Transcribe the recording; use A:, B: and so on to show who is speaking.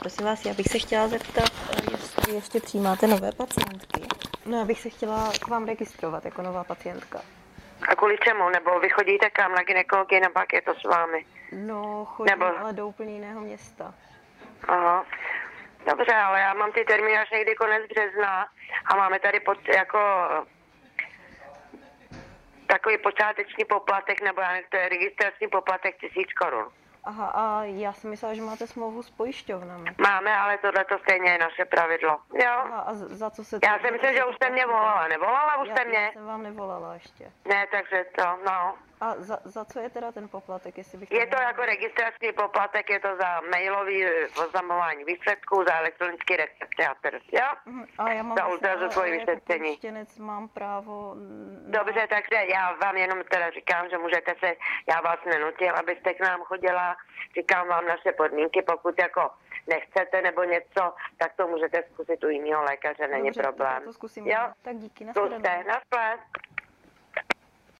A: prosím vás, já bych se chtěla zeptat, eh, jestli ještě přijímáte nové pacientky. No, já bych se chtěla k vám registrovat jako nová pacientka.
B: A kvůli čemu? Nebo vy chodíte kam na ginekologii, nebo jak je to s vámi?
A: No, chodím,
B: Nebo-
A: ale do úplně jiného města.
B: Aha. Dobře, ale já mám ty termíny až někdy konec března a máme tady pod, jako takový počáteční poplatek, nebo já nevím, to je registrační poplatek tisíc korun.
A: Aha, a já jsem myslela, že máte smlouvu s pojišťovnami.
B: Máme, ale tohle to stejně je naše pravidlo. Jo.
A: Aha, a z- za co se...
B: Já si myslím, že už jste mě volala. Nevolala už
A: Já,
B: jste mě?
A: já jsem vám nevolala ještě.
B: Ne, takže to, no.
A: A za, za co je teda ten poplatek, jestli bych...
B: Je to jako registrační poplatek, je to za mailový eh, oznamování výsledků, za elektronický recepty a tedy. Jo?
A: Mhm, A já mám...
B: Za
A: vlastně,
B: ultrazvukový
A: ale jako
B: vyšetření.
A: pojištěnec mám právo... na-
B: Dobře, takže já vám jenom teda říkám, že můžete se, já vás nenutím, abyste k nám chodila, říkám vám naše podmínky, pokud jako nechcete nebo něco, tak to můžete zkusit u jiného lékaře, není
A: Dobře, tak já
B: problém.
A: to zkusím.
B: Jo,
A: Tak díky, nashledanou.
B: zkuste, naschled.